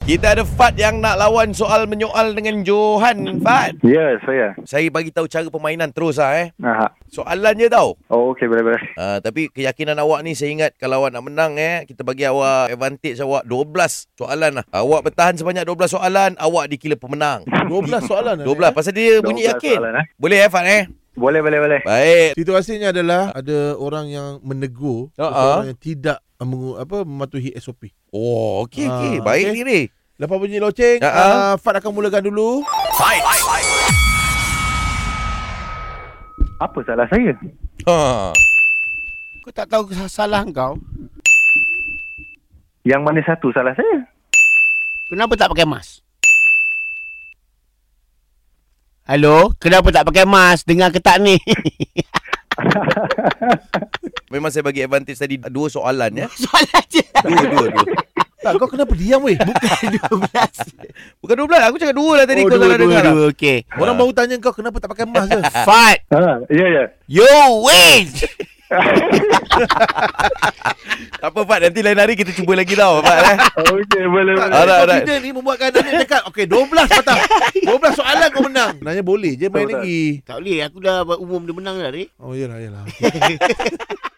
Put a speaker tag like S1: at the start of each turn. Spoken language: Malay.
S1: Kita ada Fat yang nak lawan soal menyoal dengan Johan. Fat,
S2: Ya, saya.
S1: saya bagi tahu cara permainan terus ah eh.
S2: Aha.
S1: Soalannya tau.
S2: Oh, okey, boleh, boleh.
S1: Uh, tapi keyakinan awak ni saya ingat kalau awak nak menang eh kita bagi awak advantage awak 12 soalan lah. Awak bertahan sebanyak 12 soalan, awak dikira pemenang.
S3: 12 soalan lah.
S1: 12
S4: ya.
S1: pasal dia bunyi
S2: 12
S1: yakin.
S2: soalan, eh?
S1: Boleh eh Fat eh?
S2: Boleh, boleh, boleh.
S1: Baik.
S3: Situasinya adalah ada orang yang menegur
S1: Ha,
S3: seseorang yang tidak mengu, apa mematuhi SOP.
S1: Oh, okey
S3: Ah,
S1: okey. Baik
S3: okey.
S1: ni ni.
S3: Lepas bunyi loceng,
S1: Ha, ha.
S3: uh, Fad akan mulakan dulu.
S2: Apa salah saya?
S1: Ha.
S4: Kau tak tahu kes- salah kau.
S2: Yang mana satu salah saya?
S4: Kenapa tak pakai mask? Hello, kenapa tak pakai mask? Dengar ke tak ni?
S1: Memang saya bagi advantage tadi dua soalan ya.
S4: Soalan je.
S1: Dua dua dua.
S3: Tak, kau kenapa diam weh? Bukan.
S4: 12.
S1: Bukan 12, aku cakap dua lah tadi
S4: Oh,
S1: kau
S4: dua,
S1: salah
S4: dua,
S1: dengar. lah.
S4: dua. Okay.
S3: Orang baru tanya kau kenapa tak pakai mask je.
S4: Fight.
S2: Ha, ya, ya.
S4: You win.
S1: Tak apa Fat, nanti lain hari kita cuba lagi tau Fat eh.
S2: Okey, boleh, boleh.
S1: Alright,
S3: Kau
S1: alright.
S3: Kita ni membuatkan anak cakap, okey 12 patah. 12 soalan kau menang. Nanya boleh je main
S2: Betul,
S3: lagi.
S4: tak boleh. Aku dah umum dia menang dah, Rik.
S3: Oh, iyalah, iyalah.